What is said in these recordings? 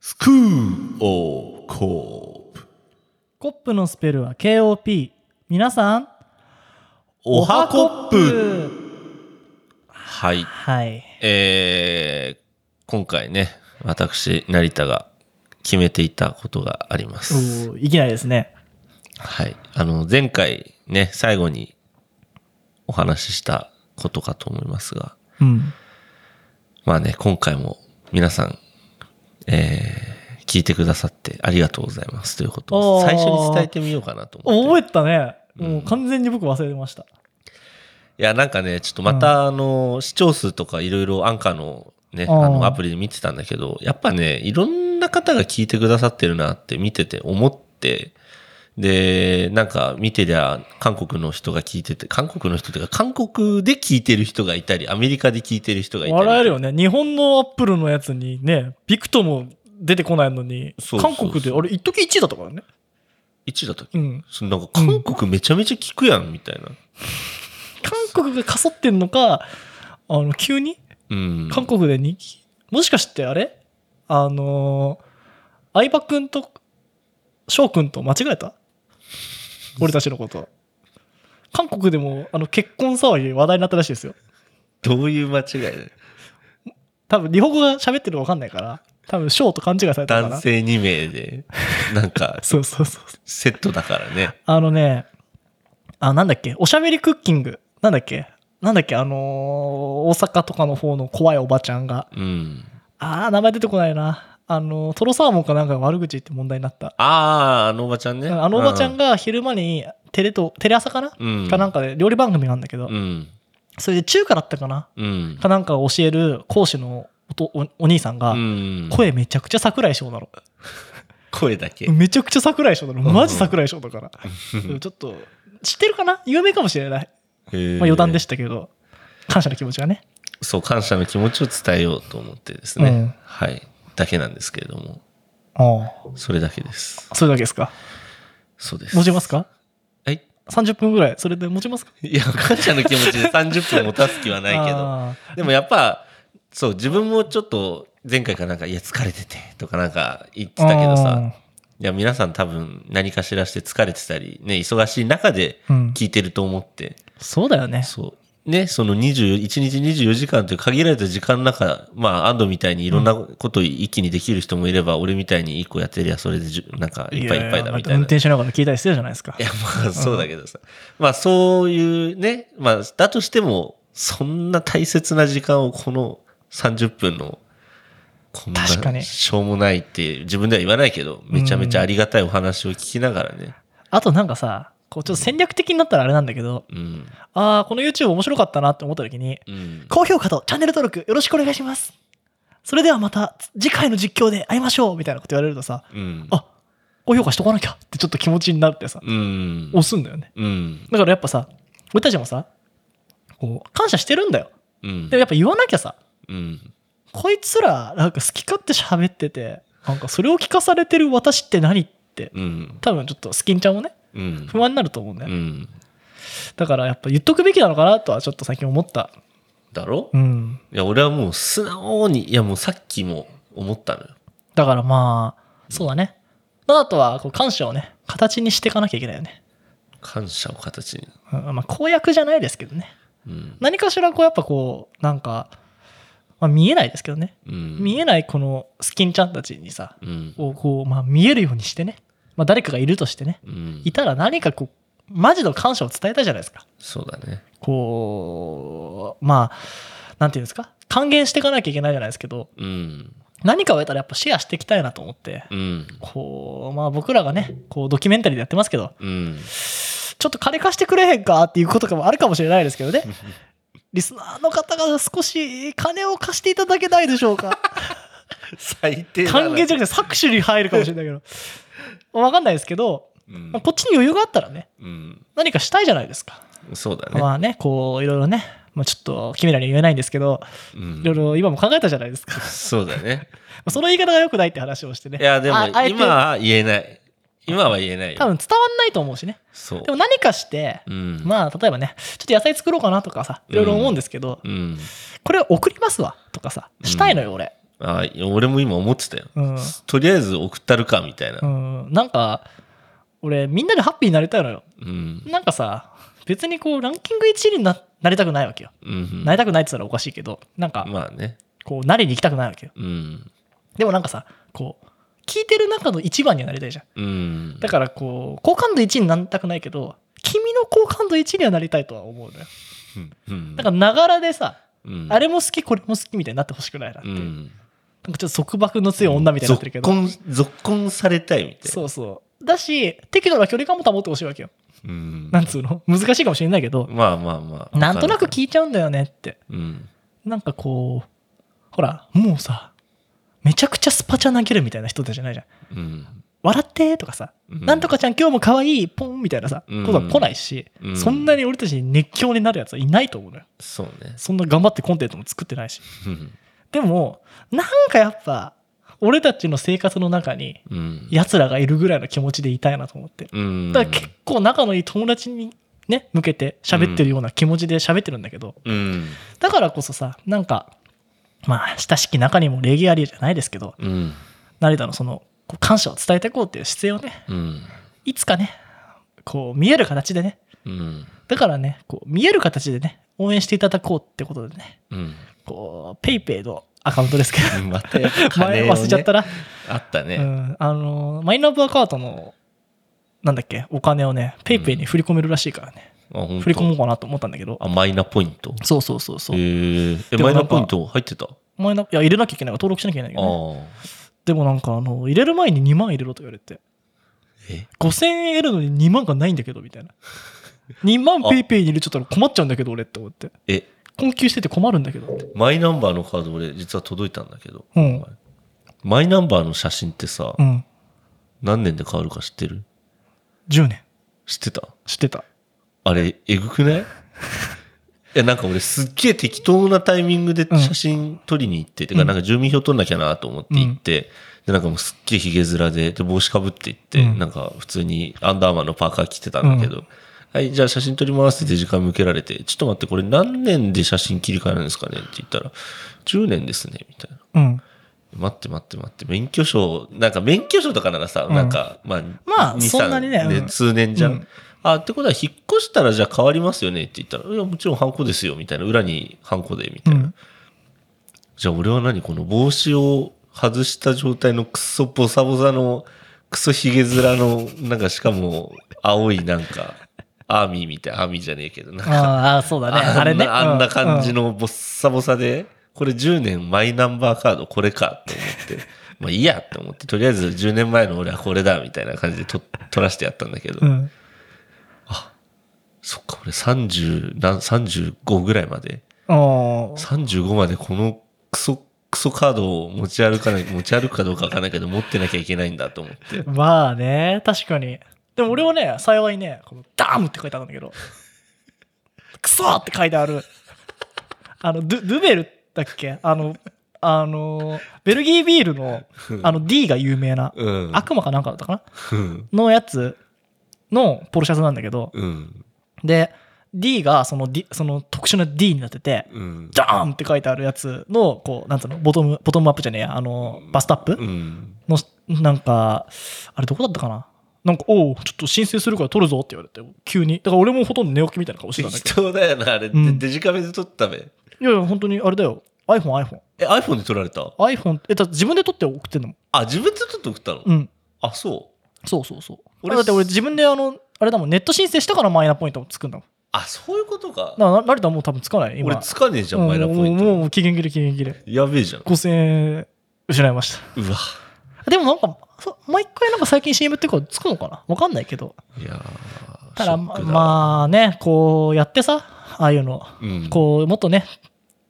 スクーオーコープコップのスペルは KOP 皆さんおはコップはいはいえー、今回ね私成田が決めていたことがありますおーいきなりですねはいあの前回ね最後にお話ししたことかと思いますがうんまあね今回も皆さんえー聞いてくださってありがとうございますということをおー最初に伝えてみようかなと思って覚えてたねうんもう完全に僕忘れてましたいや、なんかね、ちょっとまた、あの、視聴数とかいろいろアンカーのね、あうんの、アプリで見てたんだけど、やっぱね、いろんな方が聞いてくださってるなって見てて思って、で、なんか見てりゃ、韓国の人が聞いてて、韓国の人っていうか、韓国で聞いてる人がいたり、アメリカで聞いてる人がいたり。笑えるよね日本のアップルのやつにねビクトも出てこないのにそうそうそう韓国であれ一時1位だったからね1位だったっけうんそなんか韓国めちゃめちゃ聞くやん、みたいな。韓国がかそってんのかあの急にうん。韓国で人気、もしかしてあれあのー相葉くんと翔くんと間違えた俺たちのこと韓国でもあの結婚騒ぎ話題になったらしいですよどういう間違いだよ多分日本語が喋ってるの分かんないから多分翔と勘違いされたのか男ら性2名で、なんか、そうそうそうセットだからね。あのねあなんだっけおしゃべりクッキングなんだっけなんだっけあのー大阪とかの方の怖いおばちゃんがうん。あー名前出てこないなあのートロサーモンかなんかが悪口言って問題になったああ、あのおばちゃんね。あのおばちゃんが昼間にテレとテレ朝かな、うん、かなんかで料理番組があるんだけど、うん。それで中華だったかなうん。かなんかを教える講師のおとおお兄さんが、うん声めちゃくちゃ桜井翔なの声だけ。めちゃくちゃ桜井翔なのうんマジ桜井翔だから、うんちょっと知ってるかな有名かもしれない、まあ、余談でししたけど感謝の気持ちがねた。そう、感謝の気持ちを伝えようと思ってですね。うんはい。だけなんですけれども、ああそれだけです。それだけですかそうです。持ちますかはい。 30分ぐらいそれで持ちますかいや、感謝の気持ちで30分持たす気はないけど。あでもやっぱ、そう、自分もちょっと、前回かなんか、いや、疲れてて、とかなんか言ってーたけどあさ、ーいや、皆さん多分何かしらして疲れてたり、ね、忙しい中でうん聞いてると思って、そうだよねそう。ね、その24 1日24時間という限られた時間の中、まあ、安藤みたいにいろんなことを一気にできる人もいれば、俺みたいに一個やってりゃそれでじゅ、なんかいっぱいいっぱいだみたい運な。い転しながら聞いたりしてるじゃないですかや、まあ、そうだけどさ。まあ、そういうね、まあ、だとしても、そんな大切な時間をこの30分の、こん確かなにしょうもないって自分では言わないけど、めちゃめちゃありがたいお話を聞きながらね。あとなんかさ、こうちょっと戦略的になったらあれなんだけど、うん。ああ、この YouTube 面白かったなって思った時に、うん。高評価とチャンネル登録よろしくお願いします。それではまた次回の実況で会いましょうみたいなこと言われるとさ、うん。あ高評価しとかなきゃってちょっと気持ちになってさ、うん。押すんだよね。うん。だからやっぱさ、俺たちもさ、こう感謝してるんだよ。うんでも。やっぱ言わなきゃさ、うん。こいつらなんか好き勝手喋ってて、なんかそれを聞かされてる私って何って、うん。多分ちょっとスキンちゃんもね、うん。不安になると思うんだよね。うん。だからやっぱ言っとくべきなのかなとはちょっと最近思った。だろ、うん。いや、俺はもう素直に、いや、もうさっきも思ったのよ。だからまあ、そうだね。あとはこう感謝をね、形にしていかなきゃいけないよね。感謝を形に。うん、まあ公約じゃないですけどね。うん。何かしらこうやっぱこう、なんか、まあ見えないですけどね。うん。見えないこのスキンちゃんたちにさ、うん。をこう、まあ見えるようにしてね。まあ誰かがいるとしてね。うんい。たら何かこう、マジの感謝を伝えたいじゃないですか。そうだね。こう、まあ、なんていうんですか還元していかなきゃいけないじゃないですけど、うん。何かを得たらやっぱシェアしていきたいなと思って、うん。こう、まあ僕らがね、こうドキュメンタリーでやってますけど、うん。ちょっと金貸してくれへんかっていうことかもあるかもしれないですけ どね。リスナーの方が少し金を貸していただけないでしょ うか。最低だな還元じゃなくて搾取に入るかもしれないけど。 わかんないですけど、うんまあ、こっちに余裕があったらね、うん。何かしたいじゃないですか。そうだね。まあね、こう、いろいろね、まあちょっと君らには言えないんですけど、うんいろいろ今も考えたじゃないで すか。そうだね。まあその言い方が良くないって話をしてね。いや、でもああえて今は言えない。今は言えないよ。多分伝わんないと思うしね。そうで。も何かして、うん。まあ例えばねちょっと野菜作ろうかなとかさいろいろ思うんですけど、うん。これ送りますわとかさしたいのよ俺、あいや俺も今思ってたよ。うんとりあえず送ったるか、みたいな。うん、なんか俺みんなでハッピーになりたいのようん。なんかさ別にこうランキング1位にななりたくないわけよ、うん。なりたくないって言ったらおかしいけどなんかまあね。こうなりに行きたくないわけようん。でもなんかさこう聞いてる中の一番にはなりたいじゃんうん。だからこう好感度1位になりたくないけど君の好感度1位にはなりたいとは思うのよら、うん。だからながらでさ、うん、あれも好きこれも好きみたいになってほしくないなって、うなんかん。ちょっと束縛の強い女みたいになってるけど、続婚、続婚されたいみたいな。そうそうだし適度な距離感も保ってほしいわけようん。なんつうの 難しいかもしれないけど、まあまあまあ。なんとなく聞いちゃうんだよねって。うん。なんかこう、ほら、もうさ、めちゃくちゃスパチャ投げるみたいな人たちじゃないじゃん。うん。笑ってとかさ、うんなんとかちゃん今日も可愛いポンみたいなさ、うんことは来ないし、うんそんなに俺たちに熱狂になるやつはいないと思うのよ。そうね。そんな頑張ってコンテンツも作ってないし。うんでも、なんかやっぱ、俺たちの生活の中に、うん。奴らがいるぐらいの気持ちでいたいなと思って。うん。だから結構仲のいい友達にね、向けて喋ってるような気持ちで喋ってるんだけど、うん。だからこそさ、なんか、まあ、親しき中にも礼儀ありじゃないですけど、うん。成田のその、こう感謝を伝えていこうっていう姿勢をね、うん。いつかね、こう、見える形でね、うん。だからね、こう、見える形でね、応援していただこうってことでね、 うん。こう、ペイペイのアカウントですけど、またやっぱ金前をね忘れちゃったな、あったうね。ん、あのー、マイナンバーカードの、なんだっけ、お金をね、ペイペイに振り込めるらしいからね、あ、本振り込も当。うかなと思ったんだけど、あ、マイナポイント。そうそうそうそう、へえ。え、でもマなイんかナポイント入ってたあマイナいや、入れなきゃいけないから登録しなきゃいけないけど、ね、あ。でもなんかあの入れる前に2万入れろと言われてえ5000円得るのに2万がないんだけどみたいな2万ペイペイに入れちゃったら困っちゃうんだけど俺って思ってえ、困窮してて困るんだけどってマイナンバーのカード俺実は届いたんだけど。うんマイナンバーの写真ってさう、ん何年で変わるか知ってる10年知ってた知ってたあれ、えぐくない いや、なんか俺すっげえ適当なタイミングでうん写真撮りに行って、てか、なんか住民票取んなきゃなと思って行って、で、なんかもうすっげえヒゲ面で、で、帽子かぶって行って、うんなんか普通にアンダーマンのパーカー着てたんだけど、はい、じゃあ写真撮りますってデジカメ向けられて、ちょっと待って、これ何年で写真切り替えるんですかねって言ったら、10年ですね、みたいな。うん待って待って待って、免許証、なんか免許証とかならさ、うんなんか、まあ、まあ2そんなにね3うん数年じゃん。うんあ、ってことは、引っ越したらじゃあ変わりますよねって言ったら、いや、もちろんハンコですよ、みたいな。裏にハンコで、みう たいな。んじゃあ俺は何この帽子を外した状態のクソボサボサの、クソヒゲ面の、なんかしかも、青いなんか、アーミーみたいな、アーミーじゃねえけど、なんか、ああそうだねあんなあれねあんな感じののボッサボサで、これ10年マイナンバーカードこれかと思って、 まあいいやと思って、とりあえず10年前の俺はこれだみたいな感じでと取らせてやったんだけど、うんそっか、俺30なん、35ぐらいまで、あー35までこのクソ、クソカードを持ち歩かない、持ち歩くかどうかわかんないけど、持ってなきゃいけないんだと思って。まあね確かにでも俺はね幸いねこのダームって書いてあるんだけどクソーって書いてあるあのドゥドゥベルだっけあのあのベルギービールのあの D が有名なうん。悪魔かなんかだったかなうん。のやつのポロシャツなんだけどうん。で D がその D その特殊な D になっててうん。ダーンって書いてあるやつのこうなんつうのボトムボトムアップじゃねえやあのバストアップうん。のなんかあれどこだったかななんか「おうちょっと申請するから取るぞ」って言われて急にだから俺もほとんど寝起きみたいな顔してたんだけ適当だよな、あれ。うでんデジカメで撮ったべ。どいやいや本当にあれだよ iPhoneiPhone え、iPhone で撮られた iPhone えだって自分で取って送ってんのもんあ、自分で撮って送ったのうんあ、そう。そうそうそう俺俺だって俺自分であのあれだもんネット申請したからマイナポイントもつくんだもんあ、そういうことか。だから成田はもう多分つかない今俺つかねえじゃん、マイナポインうんもうト。もう期限切れ期限切れやべえじゃん。 5000円失いましうわ。た でもなんかそ毎回なんか最近 CM っていうかつくのかなわかんないけどいやーたシだョッまクだまあねこうやってさああいうのうんこうもっとね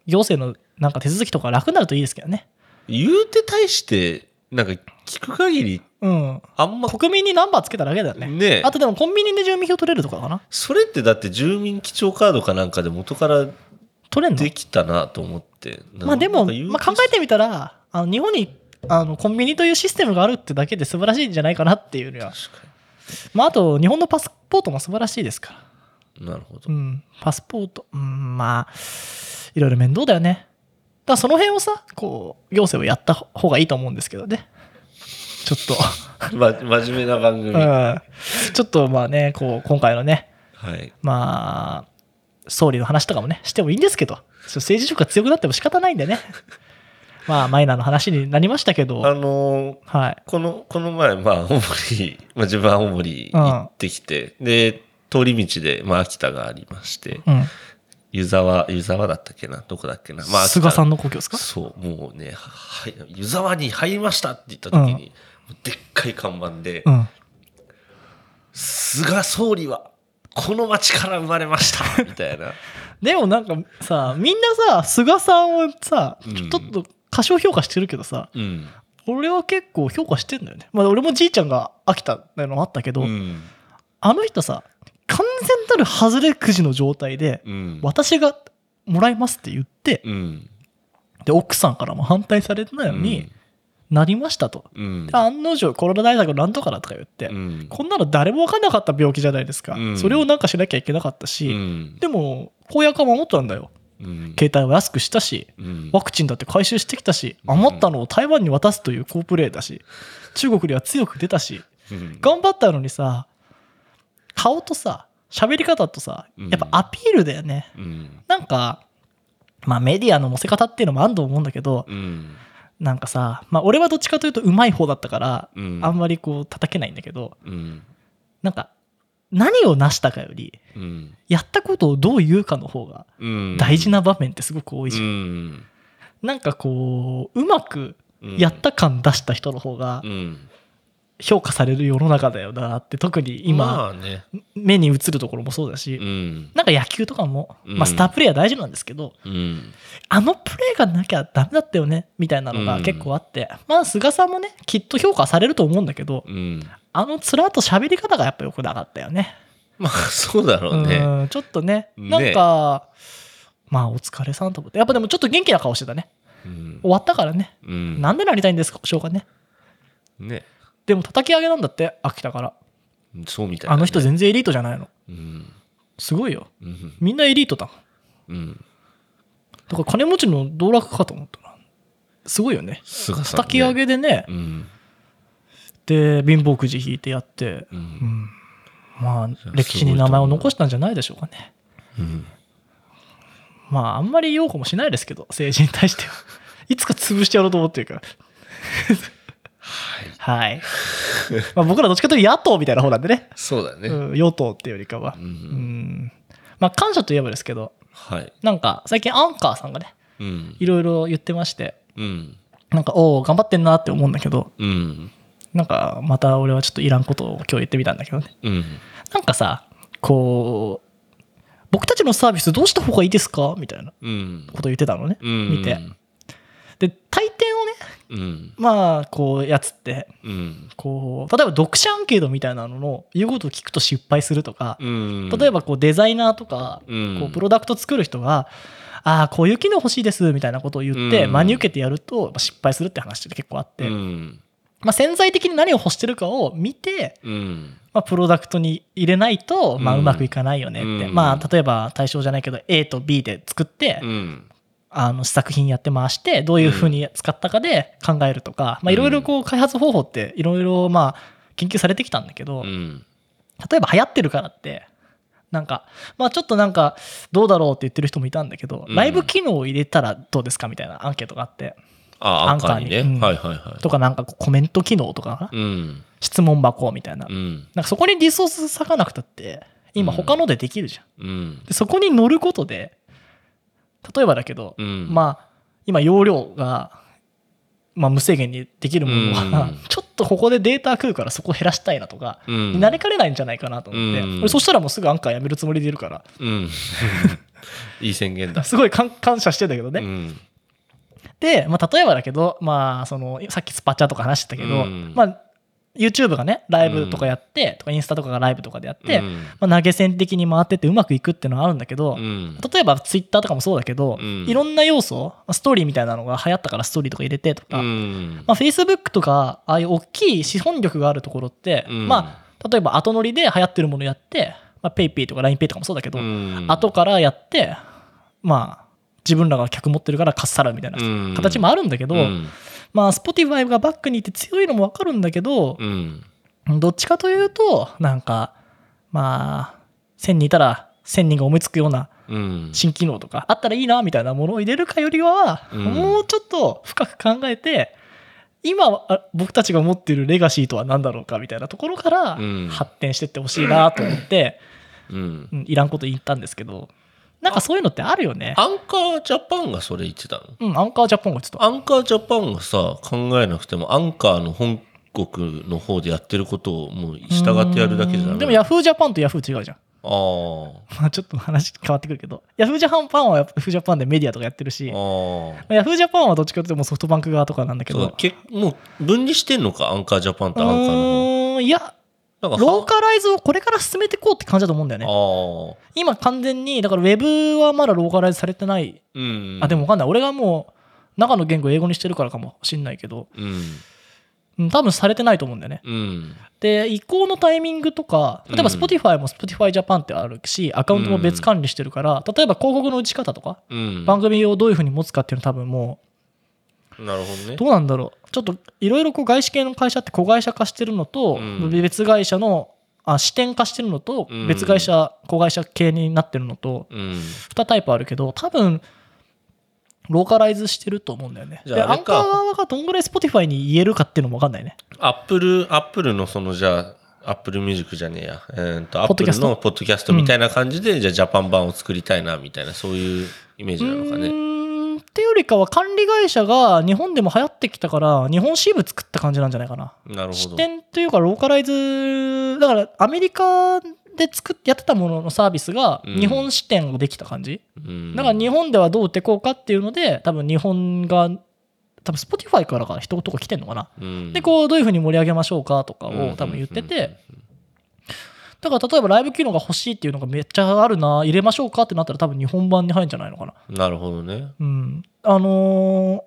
行政のなんか手続きとか楽になるといいですけどね言うて対して、なんか聞く限り、うんあんま、国民にナンバーつけただけだよねねえあとでもコンビニで住民票取れるとかかなそれってだって住民基調カードかなんかで元から取れんのできたなと思って。まあでも、まあ、考えて。てみたらあの日本にあのコンビニというシステムがあるってだけで素晴らしいんじゃないかなっていうのは、確かまあ、あと日本のパスポートも素晴らしいですからに。なるほどう。んパスポートうんまあいろいろ面倒だよねらその辺をさ、こう、行政はやった方がいいと思うんですけどね。ちょっと、ま、真面目な番組。うはん。ちょっとまあね、こう、今回のね、い。まあ、総理の話とかもね、してもいいんですけど、ちょっと政治色が強くなっても仕方ないん でね。まあ、マイナーの話になりましたけど、あのーはい。この、この前、まあ、青森、まあ、自分は青森行ってきて、で、通り道で、まあ、秋田がありまして、うん。湯沢、湯沢だったっけなどこだっけなまあ、菅さんのの故郷ですかそう、もうね、はい、湯沢に入りましたって言った時に、でっかい看板で、うん。菅総理は、この町から生まれました みたいな。でもなんかさ、みんなさ、菅さんをさ、うんちょっと過小評価してるけどさ、うん。俺は結構評価してんだよね。まあ、俺もじいちゃんが秋田なのもあったけど、うん。あの人さ、完全なる外れくじの状態で、うん。私がもらいますって言って、うん。で、奥さんからも反対されてないのに、なりましたと。うん、で案の定コロナ対策なんとかだとか言って、うん。こんなの誰も分かんなかった病気じゃないですか、うんそれをなんかしなきゃいけなかったうし、ん。でも公約は守ったんだようん。携帯は安くしたしうんワクチンだって回収してきたしうん余ったのを台湾に渡すという好プレーだし中国には強く出たしうん頑張ったのにさ顔とさ喋り方とさうんやっぱアピールだよねうん。なんかまあメディアの乗せ方っていうのもあると思うんだけどうん。なんかさまあ俺はどっちかというとうまい方だったからうん。あんまりこう叩けないんだけどうん。なんか何を成したかよりうん。やったことをどう言うかの方がうん。大事な場面ってすごく多いじゃん、うん。なんかこううまくうんやった感出した人の方がうん。評価される世の中だよなって特に今、まあね。目に映るところもそうだし、うん。なんか野球とかも、うんまあ、スタープレーは大事なんですけど、うん。あのプレーがなきゃダメだったよねみたいなのが結構あって、まあ菅さんもねきっと評価されると思うんだけどうん。あのつらっと喋り方がやっぱ良くなかったよね。まあ、そうだろうね。うんちょっとね、ねなんか、まあお疲れさんと思って、やっぱでもちょっと元気な顔してたね。うん終。わったからね。うんなんでなりたいんですか、しょうがね。ね。でも叩き上げなんだって、秋田から。そうみたいなね。あの人全然エリートじゃないの。うん。すごいよ。うん。みんなエリートだ。うん。だから金持ちの道楽かと思ったな。すごいよね。菅さんね。叩き上げでね、うん。で、貧乏くじ引いてやって、う。うんん。まあや、歴史に名前を残したんじゃないでしょうかね。うん。まあ、あんまり擁護もしないですけど、政治に対しては。 いつか潰してやろうと思ってるから。はい。まあ、僕らどっちかというと野党みたいな方なんでね。そうだね。うん、与党っていうよりかは。う。うんん。まあ、感謝といえばですけど、はい。なんか、最近アンカーさんがね、うん。いろいろ言ってまして、うん。なんか、おお、頑張ってんなって思うんだけど、うん。なんか、また俺はちょっといらんことを今日言ってみたんだけどね。うん。なんかさ、こう、僕たちのサービスどうした方がいいですかみたいなうん。こと言ってたのね。うん。見て。で、大抵をね、うん。まあ、こう、やつって、うん。こう、例えば読者アンケートみたいなのの言うことを聞くと失敗するとか、うん。例えばこうデザイナーとか、うんこうプロダクト作る人が、ああ、こういう機能欲しいですみたいなことを言って、うん真に受けてやるとまあ失敗するって話って結構あって、うん。まあ、潜在的に何を欲してるかを見て、うん。まあ、プロダクトに入れないと、まあ、うんうまくいかないよねって、うんまあ、例えば対象じゃないけど A と B で作って、うん。あの試作品やって回してどういうふうに使ったかで考えるとかまあいろいろこう開発方法っていろいろまあ研究されてきたんだけどうん。例えば流行ってるからってなんかまあちょっとなんかどうだろうって言ってる人もいたんだけどうんライブ機能を入れたらどうですかみたいなアンケートがあってあ、アンカーにね。アンカーにうんはいはいはとかなんかこうコメント機能とかい。うん。質問箱みたいなうん。なんかそこにリソース割かなくたってう今ん他のでできるじゃんうん。でそこに乗ることで例えばだけどうん。あ、まあ今容量が、まあ、無制限にできるものは、うん ちょっとここでデータ食うからそこ減らしたいなとか、うん。慣れかねないんじゃないかなと思って、うん俺そしたらもうすぐアンカーやめるつもりでいるかうん。 いい宣言だら。 すごい感感謝してんだけどね、うん。で、まあ、例えばだけど、まあ、そのさっきスパチャとか話してたけど、うんまあ、YouTube がねライブとかやって、とかインスタとかがライブとかでやって、まあ、投げ銭的に回ってってうまくいくっていうのはあるんだけど、うん。例えばツイッターとかもそうだけど、うんいろんな要素ストーリーみたいなのが流行ったからストーリーとか入れてとか、うん。まあ、Facebook とかああいう大きい資本力があるところって、うんまあ、例えば後乗りで流行ってるものやって、まあ、PayPay とか LINEPay とかもそうだけど、うん後からやってまあ自分らが客持ってるからかっさらうみたいなうん形もあるんだけど、うんまあ Spotify がバックにいて強いのもわかるんだけど、うんどっちかというとなんかまあ1000人いたら1000人が思いつくようなうん新機能とかあったらいいなみたいなものを入れるかよりは、うんもうちょっと深く考えて今あ僕たちが持っているレガシーとは何だろうかみたいなところからうん発展してってほしいなと思って、うんうんいらんこと言ったんですけどなんかそういうのってあるよね。アンカージャパンがそれ言ってたのうん、アンカージャポンがちょっと。アンカージャパンがさ考えなくてもアンカーの本国の方でやってることをもう従ってやるだけじゃダうメんでもヤフージャパンとヤフー違うじゃん。あーまあちょっと話変わってくるけど。ヤフージャパンはヤフージャパンでメディアとかやってるし、あまーあヤフージャパンはどっちかというともうソフトバンク側とかなんだけそうだど。けもう分離してんのかアンカージャパンとアンカーのうーんいや、方なんかローカライズをこれから進めていこうって感じだと思うんだよあね。ー今完全に、だからウェブはまだローカライズされてない。うんあ、でもわかんない。俺がもう中の言語を英語にしてるからかもしんないけど、うんうん多分されてないと思うんだよね。うんで、移行のタイミングとか、例えばうん Spotify も Spotify Japan ってあるし、アカウントも別管理してるから、例えば広告の打ち方とか、うん番組をどういうふうに持つかっていうのは多分もなるほどねうどうなんだろうちょっといろいろこう外資系の会社って子会社化してるのとうん別会社のあ支店化してるのとうん別会社子会社系になってるのとうん2タイプあるけど多分ローカライズしてると思うんだよねじでゃあアあンれかカー側がどんぐらい Spotify に言えるかっていうのも分かんないねアップル、アップルのそのじゃあ、アップルミュージックじゃねえや。えー、と、アポップッドキャルストのポッドキャストみたいな感じで、じゃあジャパン版を作りたいな、みたいな、そういうイメーうジなのかね。ーんっていうよりかは管理会社が日本でも流行ってきたから日本支部作った感じなんじゃないかななるほ視ど。点というかローカライズだからアメリカで作ってやってたもののサービスがうん日本視点をできた感じ、うんだから日本ではどう打ってこうかっていうので多分日本が多分 Spotify からか人とか来てんのかな、うんでこうどういうふうに盛り上げましょうかとかを多分言ってて、だから例えばライブ機能が欲しいっていうのがめっちゃあるな入れましょうかってなったら多分日本版に入るんじゃないのかななるほどね。うんあの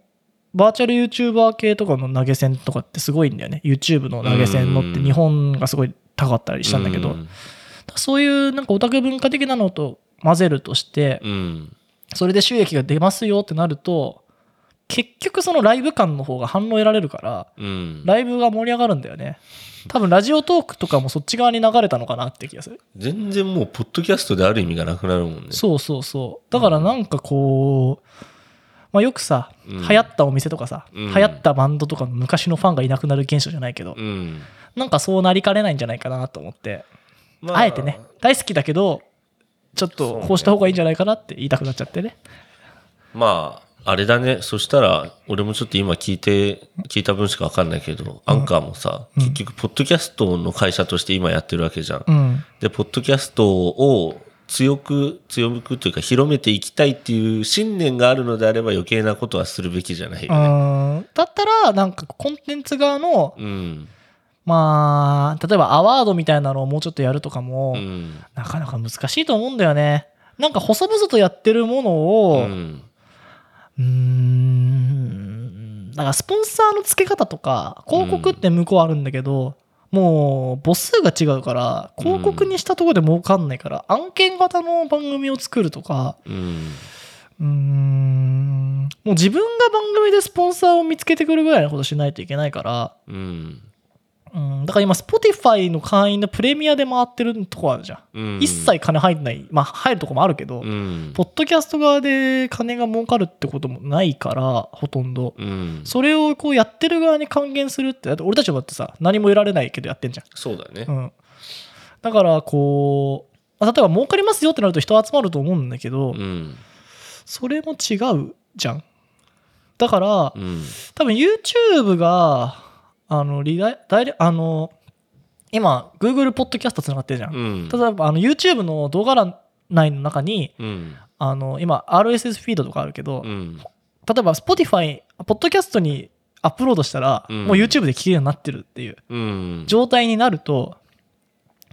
ーバーチャル YouTuber 系とかの投げ銭とかってすごいんだよね YouTube の投げ銭のってうん日本がすごい高かったりしたんだけど、うん。そういうなんかオタク文化的なのと混ぜるとしてうんそれで収益が出ますよってなると結局そのライブ感の方が反応得られるからうんライブが盛り上がるんだよね多分ラジオトークとかもそっち側に流れたのかなって気がする全然もう、ポッドキャストである意味がなくなるもんね。そうそうそうだからなんかこう、まあ、よくさうん流行ったお店とかさ、うん流行ったバンドとかの昔のファンがいなくなる現象じゃないけど、うん。なんかそうなりかねないんじゃないかなと思って、まあえてね。大好きだけどちょっとこうした方がいいんじゃないかなって言いたくなっちゃってねまあ、あれだね。そしたら、俺もちょっと今聞いて、聞いた分しかわかんないけど、アンカーもさ、うん結局、ポッドキャストの会社として今やってるわけじゃん。うんで、ポッドキャストを強く、強くというか広めていきたいっていう信念があるのであれば余計なことはするべきじゃないよね。うんだったらなんかコンテンツ側のうん。まあ例えばアワードみたいなのをもうちょっとやるとかも、うん。なかなか難しいと思うんだよねなんか細々とやってるものうを、ん。うーんだからスポンサーの付け方とか広告って向こうあるんだけど、もう母数が違うから広告にしたところで儲かんないから、案件型の番組を作るとかうん。うーんもう自分が番組でスポンサーを見つけてくるぐらいのことしないといけないから、うん。うん、だから今 Spotify の会員のプレミアで回ってるとこあるじゃん、うん。一切金入んないまあ入るとこもあるけど、うん。ポッドキャスト側で金が儲かるってこともないからほとんどうん。それをこうやってる側に還元するってだって俺たちもだってさ何も得られないけどやってんじそうだねゃ。ん、うん、だからこうまあ例えば儲かりますよってなると人集まると思うんだけど、うん。それも違うじゃんだからうん。多分 YouTube があのリダイダイレあの今 Google ポッドキャストつながってるじゃん、うん。例えばあの YouTube の動画内の中にうん。あの今 RSS フィードとかあるけど、うん。例えば Spotify、ポッドキャストにアップロードしたら、うんもう YouTube で聴けるようになってるっていううん。状態になると、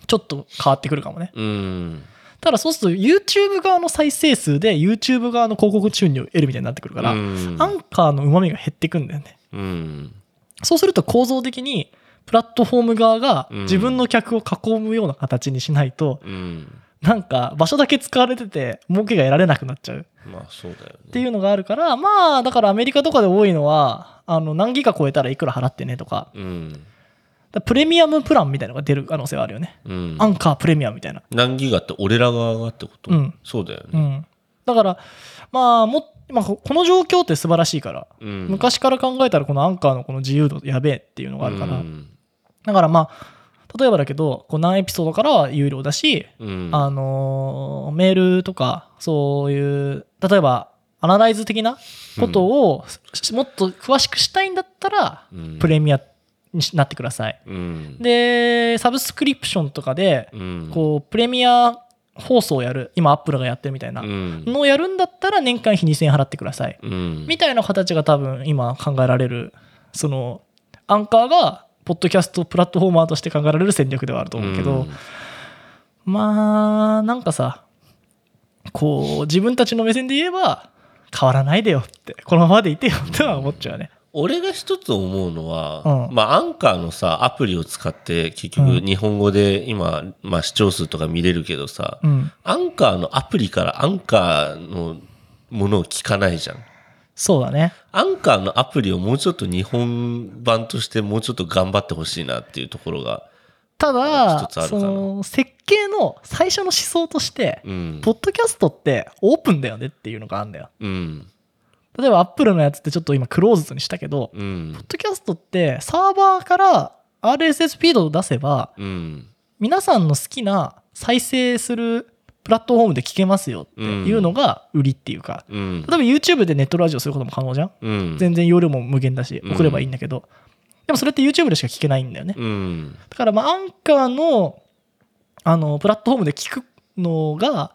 ちょっと変わってくるかもね。うん。ただそうすると YouTube 側の再生数で YouTube 側の広告収入を得るみたいになってくるから、うんアンカーの旨味が減ってくんだよね。うん。そうすると構造的に、プラットフォーム側がうん自分の客を囲むような形にしないと、うん。なんか場所だけ使われてて儲けが得られなくなっちゃうまあそうだよね。っていうのがあるからまあだからアメリカとかで多いのはあの何ギガ超えたらいくら払ってねとかうん。だからプレミアムプランみたいなのが出る可能性はあるよね、うん。アンカープレミアムみたいな何ギガって俺ら側がってこと、うんそうだようね。んだからまあも、まあ、ここの状況って素晴らしいからうん。昔から考えたらこのアンカーのこの自由度やべえっていうのがあるかうら、ん。だからまあ例えばだけどこう何エピソードからは有料だし、うん、あのーメールとかそういう例えばアナライズ的なことを、しもっと詳しくしたいんだったら、うんプレミアにしなってくださいうん。でサブスクリプションとかで、うん、こうプレミア放送をやる今アップルがやってるみたいなうん、のをやるんだったら年間費2000円払ってくださいうん、みたいな形が多分今考えられるそのアンカーがポッドキャストプラットフォーマーとして考えられる戦略ではあると思うけど、まあなんかさこう自分たちの目線で言えば変わらないでよってこのままでいてよっては思っちゃうね。俺が一つ思うのは、うんまあ、アンカーのさ、アプリを使って、結局、うん日本語で今、まあ、視聴数とか見れるけどさ、うん、アンカーのアプリからアンカーのものを聞かないじゃん。そうだね。アンカーのアプリをもうちょっと日本版としてもうちょっと頑張ってほしいなっていうところが。た一だつあるかそなの設計の最初の思想として、うん。ポッドキャストってオープンだよねっていうのがあるんだよ。うん。例えばアップルのやつってちょっと今クローズドにしたけど、うんポッ。ドキャストってサーバーから RSS フィードを出せばうん。皆さんの好きな再生するプラットフォームで聞けますよっていうのが売りっていうか、うん例えば YouTube でネットラジオすることも可能じゃん、うん。全然容量も無限だしうん送ればいいんだけど、でもそれって YouTube でしか聞けないんだよね、うん。だからまあアンカーのあのプラットフォームで聞くのが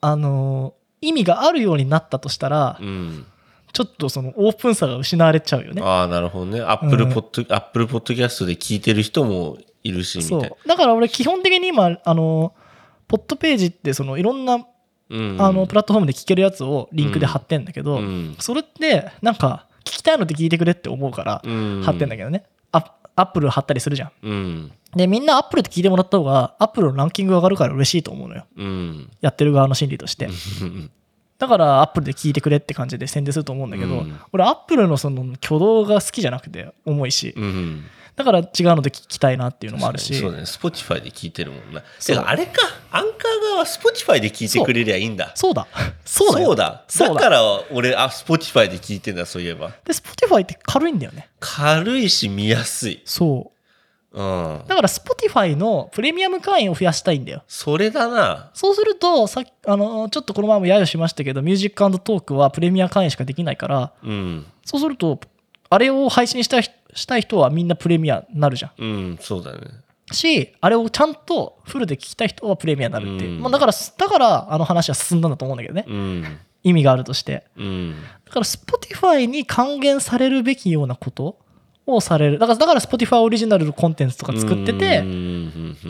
あの意味があるようになったとしたら、うん。ちょっとそのオープンさが失われちゃうよねああ、なるほどね。アップルポッド、アップルポッドキャストで聞いてる人もいるし、みたそいうな。だから俺基本的に今あのポッドページってそのいろんなうんあのプラットフォームで聞けるやつをリンクで貼ってんだけど、うんそれってなんか聞きたいのって聞いてくれって思うから貼ってんだけけどね、アアップル貼ったりするじゃんど。うん。でみんなアップルって聞いてもらった方がアップルのランキングが上がるから嬉しいと思うのようん。やってる側の心理としてだからアップルで聞いてくれって感じで宣伝すると思うんだけど、うん俺アップルのその挙動が好きじゃなくて重いしうん。だから違うので聞きたいなっていうのもあるしそうだね。Spotify で聞いてるもんな。そうてかあれか。アンカー側は Spotify で聞いてくれりゃいいんだ。そうだそうだよそうだ。そうだだから俺、あ、Spotify で聞いてんだ、そういえば。で Spotify って軽いんだよね軽いし見やすい。そううん。だから Spotify のプレミアム会員を増やしたいんだよそれだな。そうするとさっきあのちょっとこの前も揶揄しましたけどミュージックトークはプレミア会員しかできないからうん。そうするとあれを配信したいしたい人はみんなプレミアになるじゃうん、そうだね。んしあれをちゃんとフルで聞きたい人はプレミアになるっていう、うんまあ、だからだからあの話は進んだんだと思うんだけどねうん。意味があるとしてうん。だから Spotify に還元されるべきようなことをされるだからだから Spotify オリジナルのコンテンツとか作ってて、っっ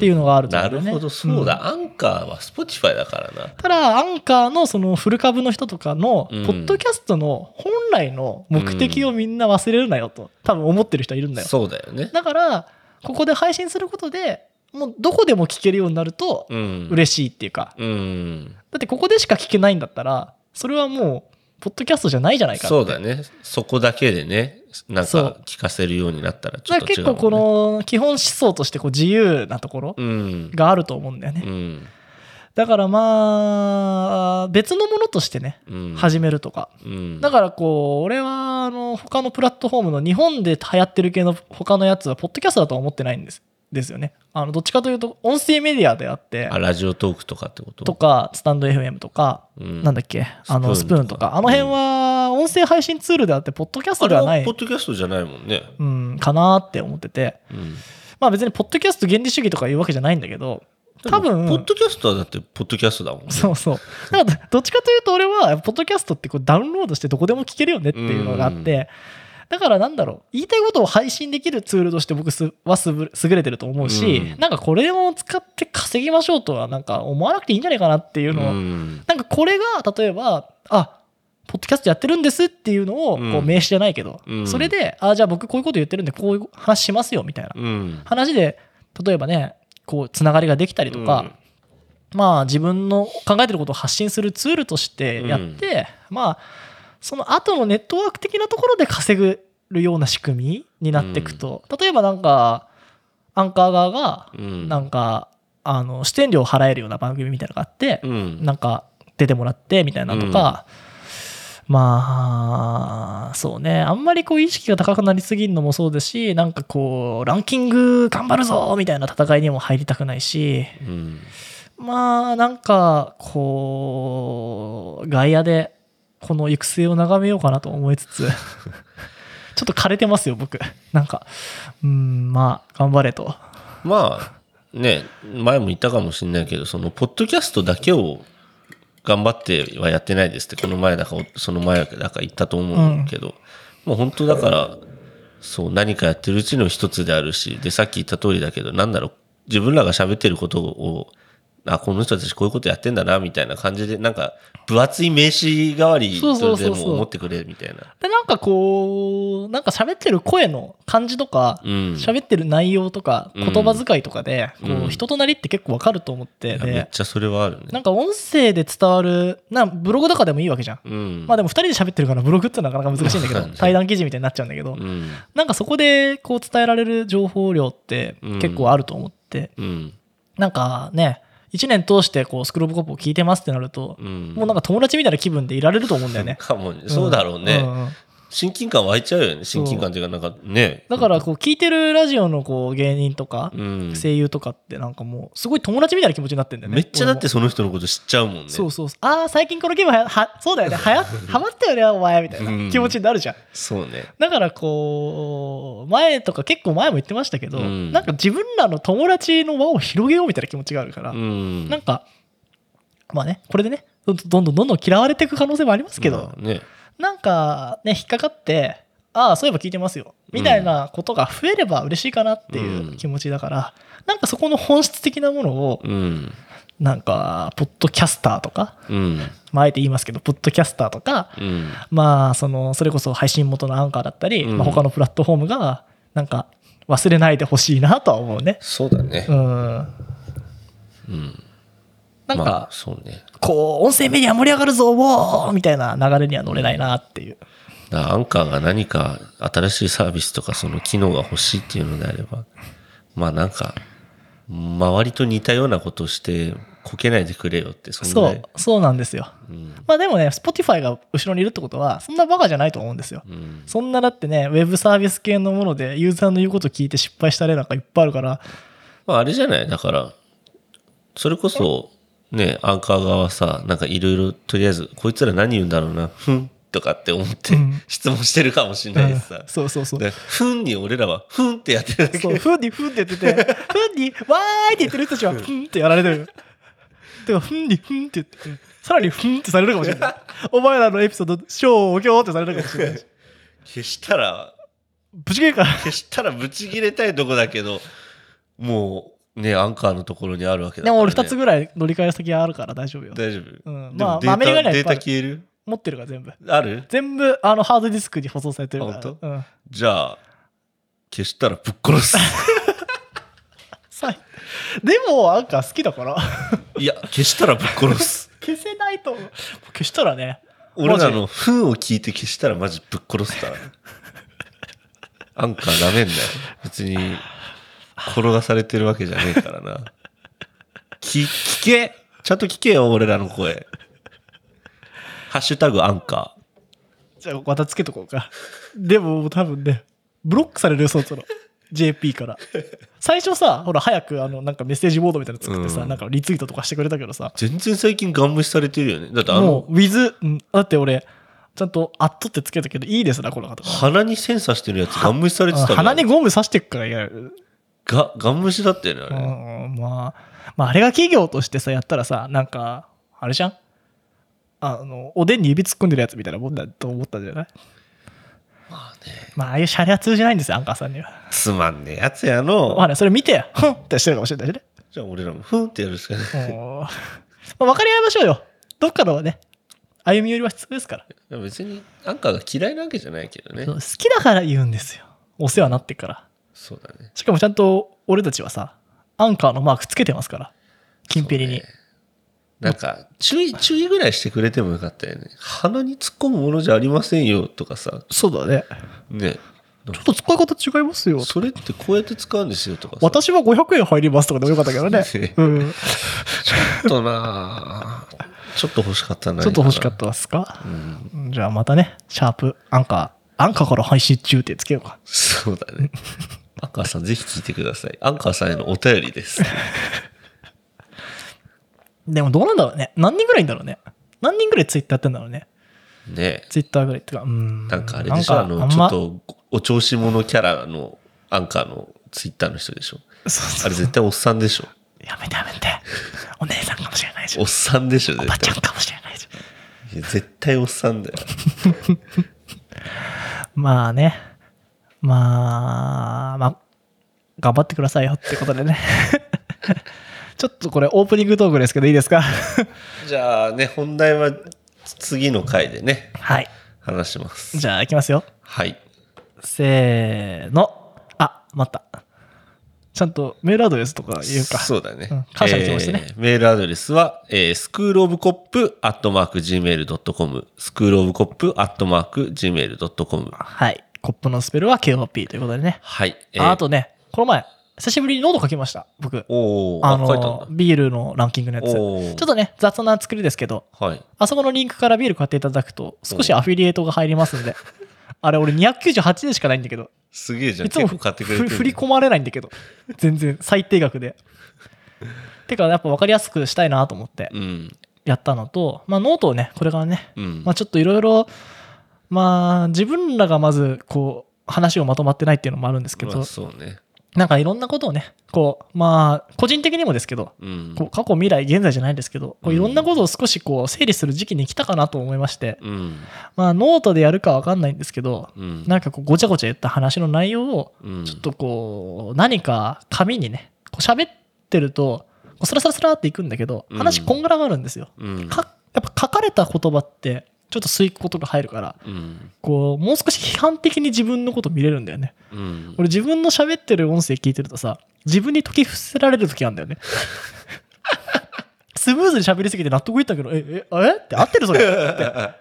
ていうのがあると思なうんるだよねほど、そうだ。アンカーは Spotify だからな。ただアンカーのその古株の人とかのポうんッドキャストの本来の目的をみんな忘れるなよと多分思ってる人いるんだよそうだよね。だからここで配信することでもうどこでも聞けるようになるとうん。嬉しいっていうかうん。だってここでしか聞けないんだったらそれはもうポッドキャストじゃないじゃないかそうだだね。そこだけでね、なんそうか聞かせるようになったらちょかっらと違結う、構こ、の基本思想としてこう自由なところうん。があると思うんだよね、うん。だからまあ別のものとしてねうん。始めるとかうん。だからこう俺はあの他のプラットフォームの日本で流行ってる系の他のやつはポッドキャストだとは思ってないんですですよねあのどっちかというと音声メディアであってあ、ラジオトークとかってこととかスタンド FM とか、うんなんだっけあのススププーーンンととかかあの辺は音声配信ツールであってポッドキャストあでれはなはいポッドキャストじゃないもんね。うんかなって思っててうん。まあ別にポッドキャスト原理主義とかいうわけじゃないんだけど多でもポッ分ドキャストはだって、ポッドキャストだもんね。そうそうだからどっちかというと俺はポッドキャストってこうダウンロードしてどこでも聞けるよねっていうのがあってだからなんだろう言いたいことを配信できるツールとして僕すはすぶ優れてると思うしうんなんかこれを使って稼ぎましょうとはなんか思わなくていいんじゃないかなっていうのはん。なんかこれが例えばあポッドキャストやってるんですっていうのをこうんう名刺じゃないけどうんそれであじゃあ僕こういうこと言ってるんでこういう話しますよみたいなうん。話で例えばねこうつながりができたりとか、まあ自分の考えてることを発信するツールとしてやって、まあその後のネットワーク的なところで稼ぐような仕組みになっていくと、例えばなんかアンカー側がうん。なんか、あの視点料を払えるような番組みたいなのがあって、うん。なんか出てもらってみたいなとか、まあそうねあんまりこう意識が高くなりすぎるのもそうですしなんかこうランキング頑張るぞみたいな戦いにも入りたくないしうん。まあなんかこう外野でこの行く末を眺めようかなと思いつつちょっと枯れてますよ僕なんかうんまあ頑張れとまあ、ね、前も言ったかもしれないけど、その、ポッドキャストだけを頑張ってはやってないですって、この前だか、その前だか言ったと思うけど、もう本当だから、そう、何かやってるうちの一つであるし、で、さっき言った通りだけど、なんだろう、自分らが喋ってることを、あ、この人たちこういうことやってんだな、みたいな感じで、なんか、分厚い名刺代わりそうそうれそでそうそうも思ってくれ、みたいな。でなんかこうなんか喋ってる声の感じとかうん。喋ってる内容とかうん言葉遣いとかでうこんう人となりって結構わかると思っていやめっでちゃそれはあるね。なんか音声で伝わるなブログとかでもいいわけじゃんうん。まあでも2人で喋ってるからブログってなかなか難しいんだけそうな どんですよ対談記事みたいになっちゃうんだけどうん。なんかそこでこう伝えられる情報量って結構あると思ってうん。なんかね1年通してこうスクローブコップを聞いてますってなるとうん。。もうなんか友達みたいな気分でいられると思うんだよねかもね そうだろうね、んん親近感湧いちゃうよね親近感っていうかなんかねだからこう聞いてるラジオのこう芸人とかうん声優とかってなんかもうすごい友達みたいな気持ちになってんだよねめっちゃだって俺もその人のこと知っちゃうもんねそうそうそうああ最近このゲームはやはそうだよねはやはまったよねお前みたいうんな気持ちになるじゃんそうねだからこう前とか結構前も言ってましたけど、うんなんか自分らの友達の輪を広げようみたいな気持ちがあるから、うんなんかまあねこれでねどんどんどんどんどん嫌われていく可能性もありますけど、まあねなんかね引っかかってああそういえば聞いてますよみたいなことが増えれば嬉しいかなっていう気持ちだから、なんかそこの本質的なものをうんなんかポッドキャスターとかうんまああえて言いますけどポッドキャスターとかうんまあそのそれこそ配信元のアンカーだったり、うんまあ、他のプラットフォームがなんか忘れないでほしいなとは思うねそうだねうんなんか、まあそうねこう音声メディア盛り上がるぞおーみたいな流れには乗れないなっていうだからアンカーが何か新しいサービスとかその機能が欲しいっていうのであればまあなんか周りと似たようなことをしてこけないでくれよってそんそなうそうなんですようんまあでもね、Spotify が後ろにいるってことは、そんなバカじゃないと思うんですよ。うんそんなだってね、ウェブサービス系のもので、ユーザーの言うこと聞いて失敗した例なんかいっぱいあるから、まあ、あれじゃないだから、それこそ、ね、アンカー側さ、なんかいろいろ、とりあえず、こいつら何言うんだろうな、ふんとかって思って、うん質問してるかもしれないしさうん。そうそうそう。でふんに俺らは、ふんってやってるだけ。そう、ふんにふんって言ってて、ふんにわーいって言ってる人たちは、ふんってやられてる。てか、ふんにふんって言って、さらにふんってされるかもしれない。お前らのエピソード、消去ってされるかもしれないし。消したら、ぶち切れるから。消したらブチ切れたいとこだけど、もう、ね、アンカーのところにあるわけだかでら、もね。俺2つぐらい乗り換え先あるから大丈夫よ。大丈夫。うんでもまあデータアメリカにはいデっーぱいあタる消える持ってるから全部。ある全部、あの、ハードディスクに保存されてるから。本当うん。じゃあ、消したらぶっ殺す。さいでもなんか好きだからいや、消したらぶっ殺す。消せないと 消したらね俺らのフンを聞いて消したらマジぶっ殺すから。アンカーダメんだよ。別に、転がされてるわけじゃねえからな。聞、聞けちゃんと聞けよ、俺らの声。ハッシュタグアンカじゃあまたつけとこうかでも多分ねブロックされるよそろそろ JP から最初さほら早くあのなんかメッセージボードみたいなの作ってさ、うんなんかリツイートとかしてくれたけどさー。全然最近ガン無視されてるよね。だってあのも、う with うんだって俺ちゃんと「アットってつけたけどいいですなこの方鼻にセンサーしてるやつガン無視されてたのよ鼻にゴム刺してくからいやがガン無視だったよね、あれ。うんまあ、まあ、あれが企業としてさ、やったらさ、なんか、あれじゃんあの、おでんに指突っ込んでるやつみたいなもんだと思ったんじゃないまあね、まあ、ああいうシャレは通じないんですよ、アンカーさんには。つまんねえやつやまあの。ね、それ見て、ふんってしてるかもしれないしね。じゃあ俺らもフンってやるしかない。もうまあ、分かり合いましょうよ。どっかのね、歩み寄りは必要ですから。いや別にアンカーが嫌いなわけじゃないけどねそう。好きだから言うんですよ。お世話になってから。そうだね。しかもちゃんと俺たちはさ、アンカーのマークつけてますから。キンペリに。そうねなんか、注意、注意ぐらいしてくれてもよかったよね。鼻に突っ込むものじゃありませんよとかさ、そうだね。ね。ちょっと使い方違いますよ。それってこうやって使うんですよとかさ。。私は500円入りますとかでもよかったけどねねうん。ちょっとなぁちょっと欲しかったな。。ちょっと欲しかったたですかうん。じゃあまたね、シャープ、アンカー、アンカーから配信中ってつけようか。そうだ ね。アンカーさんぜひ聞いてください。アンカーさんへのお便りです。でもどうなんだろうね。何人ぐらいいんだろうね。何人ぐらいツイッターやってんだろうね。ねツイッターぐらいってか、うん。なんかあれでしょ、あんの、まちょっとお調子者キャラのアンカーのツイッターの人でしょ。そうそうあれ絶対おっさんでしょ。やめてやめて。お姉さんかもしれないしおっ。さんでしょ、お絶ばちゃ対ん。かもしれないし。いや絶対おっさんだよ。まあね。まあ、まあ、頑張ってくださいよってことでね。 ちょっとこれオープニングトークですけどいいですかじゃあね、本題は次の回でね、はい。話します。じゃあ、いきますよ。はい。せーの。あ、待った。ちゃんとメールアドレスとか言うか。そうだね。うん感謝の気持ちでねえーメールアドレスは、えー、schoolofcop.gmail.com、schoolofcop.gmail.com。はい。コップのスペルは KOP ということでね。はい。えーああとね、この前、久しぶりに喉かきました、僕。おー、ああ、の書いたんビールのランキングのやつ。ちょおーっとね、雑な作りですけど、だ。はい。あそこのリンクからビール買っていただくと、少しアフィリエイトが入りますんで。 あれ、俺298円しかないんだけど、すげえじゃん。いつも結構買ってくれてふる。振り込まれないんだけど、全然、最低額で。てか、やっぱ分かりやすくしたいなと思って、うん。やったのと、まあ、ノートをね、これからね、うん。まあ、ちょっといろいろ、まあ、自分らがまず、こう、話をまとまってないっていうのもあるんですけまどあ、そうね。なんかいろんなことをね、こう、まあ、個人的にもですけど、うん。こう過去、未来、現在じゃないんですけど、こううんいろんなことを少しこう整理する時期に来たかなと思いまして、うん。まあ、ノートでやるかわかんないんですけど、うん。なんかこうごちゃごちゃ言った話の内容を、うん、ちょっとこう、何か紙にね、こう喋ってると、こうスラスラスラっていくんだけど、うん話こんがらがるんですよ。うん。かやっぱ書かれた言葉って、ちょっと吸いことが入るから、うん。こう、もう少し批判的に自分のこと見れるんだよね。うん。俺自分の喋ってる音声聞いてるとさ自分に解き伏せられる時あるんだよねスムーズに喋りすぎて納得いったけどえええって合ってるそれって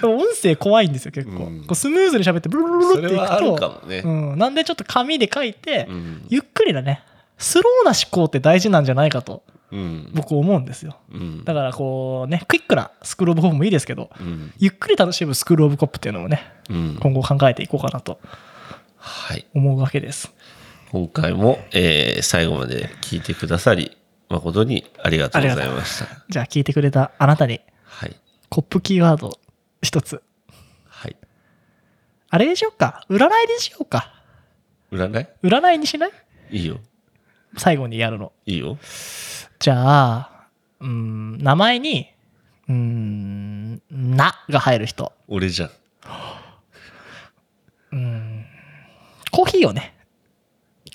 でも音声怖いんですよ結構、うんこうスムーズに喋ってブルブル ブそルっれていはあるくかと、もね。うん、なんでちょっと紙で書いて、うん。ゆっくりだねスローな思考って大事なんじゃないかとうん。僕思うんですようん。だからこうねクイックなスクール・オブ・ホームもいいですけどうん。ゆっくり楽しむスクール・オブ・コップっていうのもねうん。今後考えていこうかなとはい。思うわけです今回も、えー最後まで聞いてくださり、誠にありがとうございました。じゃあ聞いてくれたあなたにはい。コップキーワード一つ。はい。あれにしようか。占いにしようか。占い占いにしないいいよ。最後にやるの。いいよ。じゃあ、うーん、名前に、うーん、なが入る人。俺じゃん。うーん、コーヒーをね、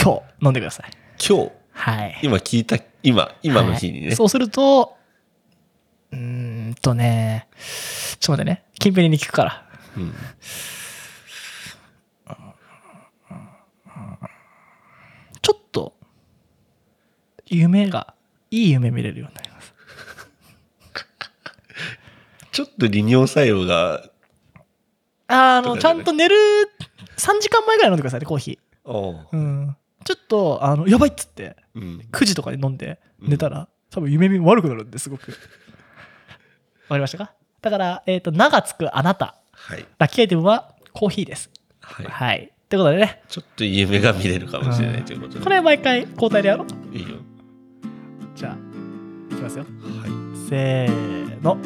今日飲んでください。今日、はい。今聞いた、今、今の日にはね。いそうすると、うーんとね、ちょっと待ってね。近辺に聞くから。うん。ちょっと、夢が、いい夢見れるようになります。ちょっと利尿作用が、あーあの、とちかじゃゃないんと寝る3時間前ぐらい飲んでくださいね、コーヒおうー。うん。ちょっと、あの、やばいっつって、うん。 9時とかに飲んで寝たら、多分夢見悪くなるんですごく。わかりましたかだから、えっ、と、名がつくあなた、はい。ラッキーアイテムはコーヒーです。はい。はい。ってことでね、ちょっといい夢が見れるかもしれないということで。これ毎回交代でやろう。いいよ。じゃあ、いきますよ。はせーの。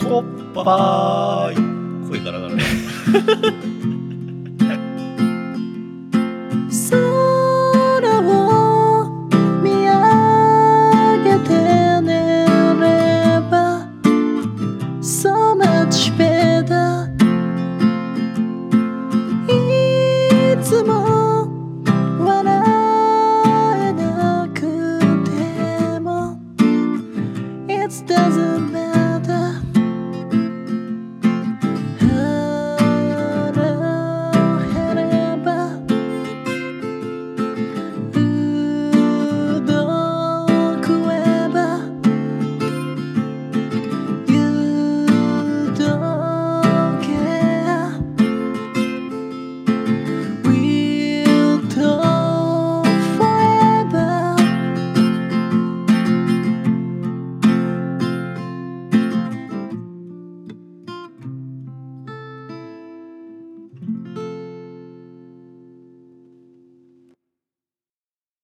い。こっぱーい。声からがら。